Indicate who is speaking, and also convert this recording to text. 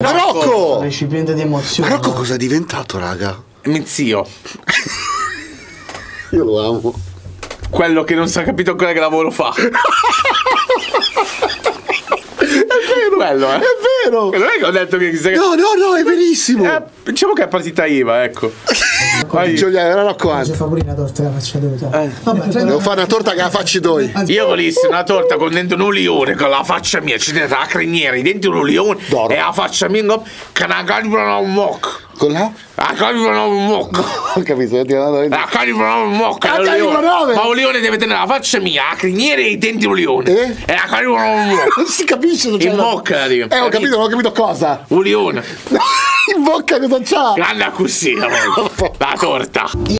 Speaker 1: Ma Rocco!
Speaker 2: Recipiente di
Speaker 1: Ma
Speaker 2: emozioni.
Speaker 1: Rocco cosa è diventato, raga?
Speaker 3: Mio zio,
Speaker 1: Io lo amo.
Speaker 3: quello che non si è capito ancora che lavoro fa. è vero, quello, eh.
Speaker 1: È vero!
Speaker 3: Non è che ho detto che chissà che-
Speaker 1: No, no, no, è verissimo!
Speaker 3: Eh, diciamo che è partita IVA, ecco. Vai.
Speaker 1: Giuliano, era Rocco
Speaker 2: C'è
Speaker 1: anzi.
Speaker 2: Cioè, Favorina una torta che la faccia dovuta.
Speaker 3: Eh.
Speaker 2: Vabbè, tra
Speaker 1: Devo fare una torta che la facci noi.
Speaker 3: Io volissi una torta con dentro un ulione, con la faccia mia, ci dentro la criniera, i denti un ulione
Speaker 1: D'oro.
Speaker 3: e la faccia mia in gob- che la calibrano un mock.
Speaker 1: Con la?
Speaker 3: La calibrano un mock.
Speaker 1: Ho capito, ti ho dato-
Speaker 3: La calibrano un mock.
Speaker 1: La
Speaker 3: è un
Speaker 1: calibrano
Speaker 3: ulione.
Speaker 1: nove.
Speaker 3: Ma un ulione deve tenere la faccia mia, la criniera e i denti un ulione.
Speaker 1: Eh?
Speaker 3: E la calibrano un mock.
Speaker 1: Non si capisce, non c'è
Speaker 3: In
Speaker 1: la-
Speaker 3: bocca, dico.
Speaker 1: Eh, ho capito, non ho capito cosa.
Speaker 3: Ulione.
Speaker 1: In bocca cosa c'ha?
Speaker 3: Grande acquissina. La torta.